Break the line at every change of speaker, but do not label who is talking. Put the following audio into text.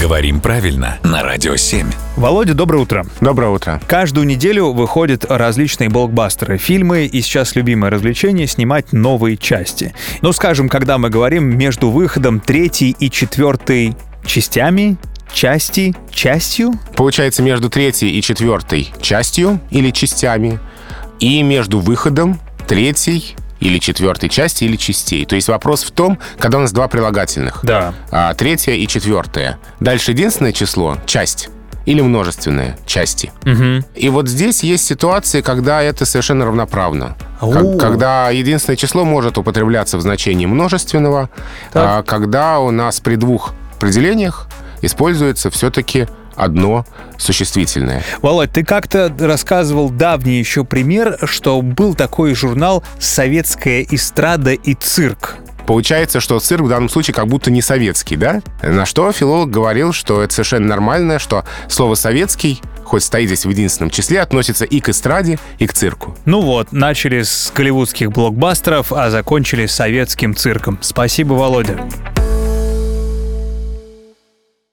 Говорим правильно на Радио 7.
Володя, доброе утро.
Доброе утро.
Каждую неделю выходят различные блокбастеры, фильмы, и сейчас любимое развлечение — снимать новые части. Ну, скажем, когда мы говорим между выходом третьей и четвертой частями, части, частью,
Получается, между третьей и четвертой частью или частями и между выходом третьей или четвертой части или частей. То есть вопрос в том, когда у нас два прилагательных.
Да.
А, третья и четвертая. Дальше единственное число — часть или множественное — части. И вот здесь есть ситуации, когда это совершенно равноправно.
О.
Как- когда единственное число может употребляться в значении множественного,
Так.
а когда у нас при двух определениях используется все-таки одно существительное.
Володь, ты как-то рассказывал давний еще пример, что был такой журнал «Советская эстрада и цирк».
Получается, что цирк в данном случае как будто не советский, да? На что филолог говорил, что это совершенно нормально, что слово «советский», хоть стоит здесь в единственном числе, относится и к эстраде, и к цирку.
Ну вот, начали с голливудских блокбастеров, а закончили советским цирком. Спасибо, Володя.